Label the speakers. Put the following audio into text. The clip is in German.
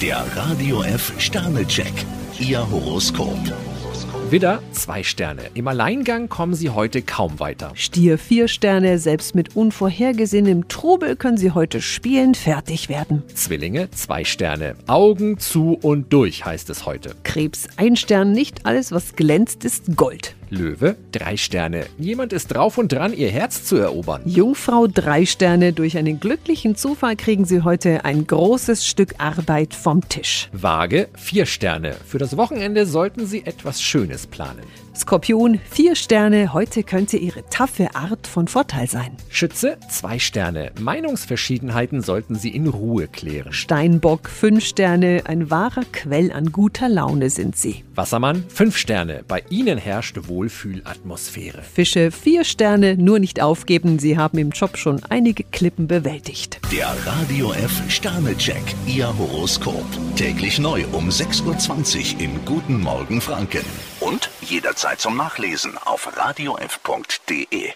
Speaker 1: Der Radio F Sternecheck, Ihr Horoskop.
Speaker 2: Widder, zwei Sterne. Im Alleingang kommen Sie heute kaum weiter.
Speaker 3: Stier vier Sterne, selbst mit unvorhergesehenem Trubel können Sie heute spielend fertig werden.
Speaker 2: Zwillinge, zwei Sterne. Augen zu und durch heißt es heute.
Speaker 3: Krebs ein Stern, nicht alles, was glänzt, ist Gold.
Speaker 2: Löwe, drei Sterne. Jemand ist drauf und dran, Ihr Herz zu erobern.
Speaker 3: Jungfrau drei Sterne, durch einen glücklichen Zufall kriegen Sie heute ein großes Stück Arbeit vom Tisch.
Speaker 2: Waage, vier Sterne. Für das Wochenende sollten Sie etwas Schönes planen.
Speaker 3: Skorpion vier Sterne, heute könnte Ihre taffe Art von Vorteil sein.
Speaker 2: Schütze, zwei Sterne. Meinungsverschiedenheiten sollten Sie in Ruhe klären.
Speaker 3: Steinbock fünf Sterne, ein wahrer Quell an guter Laune sind Sie.
Speaker 2: Wassermann, fünf Sterne. Bei Ihnen herrscht Wohlfühlatmosphäre.
Speaker 3: Fische vier Sterne, nur nicht aufgeben, Sie haben im Job schon einige Klippen bewältigt.
Speaker 1: Der Radio F Sternecheck, Ihr Horoskop. Täglich neu um 6.20 Uhr im Guten Morgen Franken. Und jederzeit zum Nachlesen auf radiof.de.